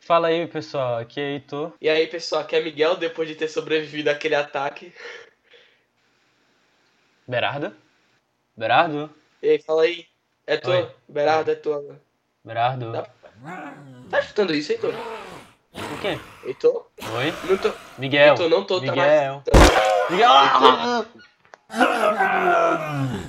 Fala aí, pessoal. Aqui é Heitor. E aí, pessoal, aqui é Miguel, depois de ter sobrevivido àquele ataque. Berardo? Berardo? E aí, fala aí. É Oi. tua, Berardo, é tua. Berardo? Tá. Tá escutando isso, Heitor? O quê? Heitor? Oi? Não tô. tá Miguel. é ah! Heitor, não tô. Tá mais... Miguel. Miguel.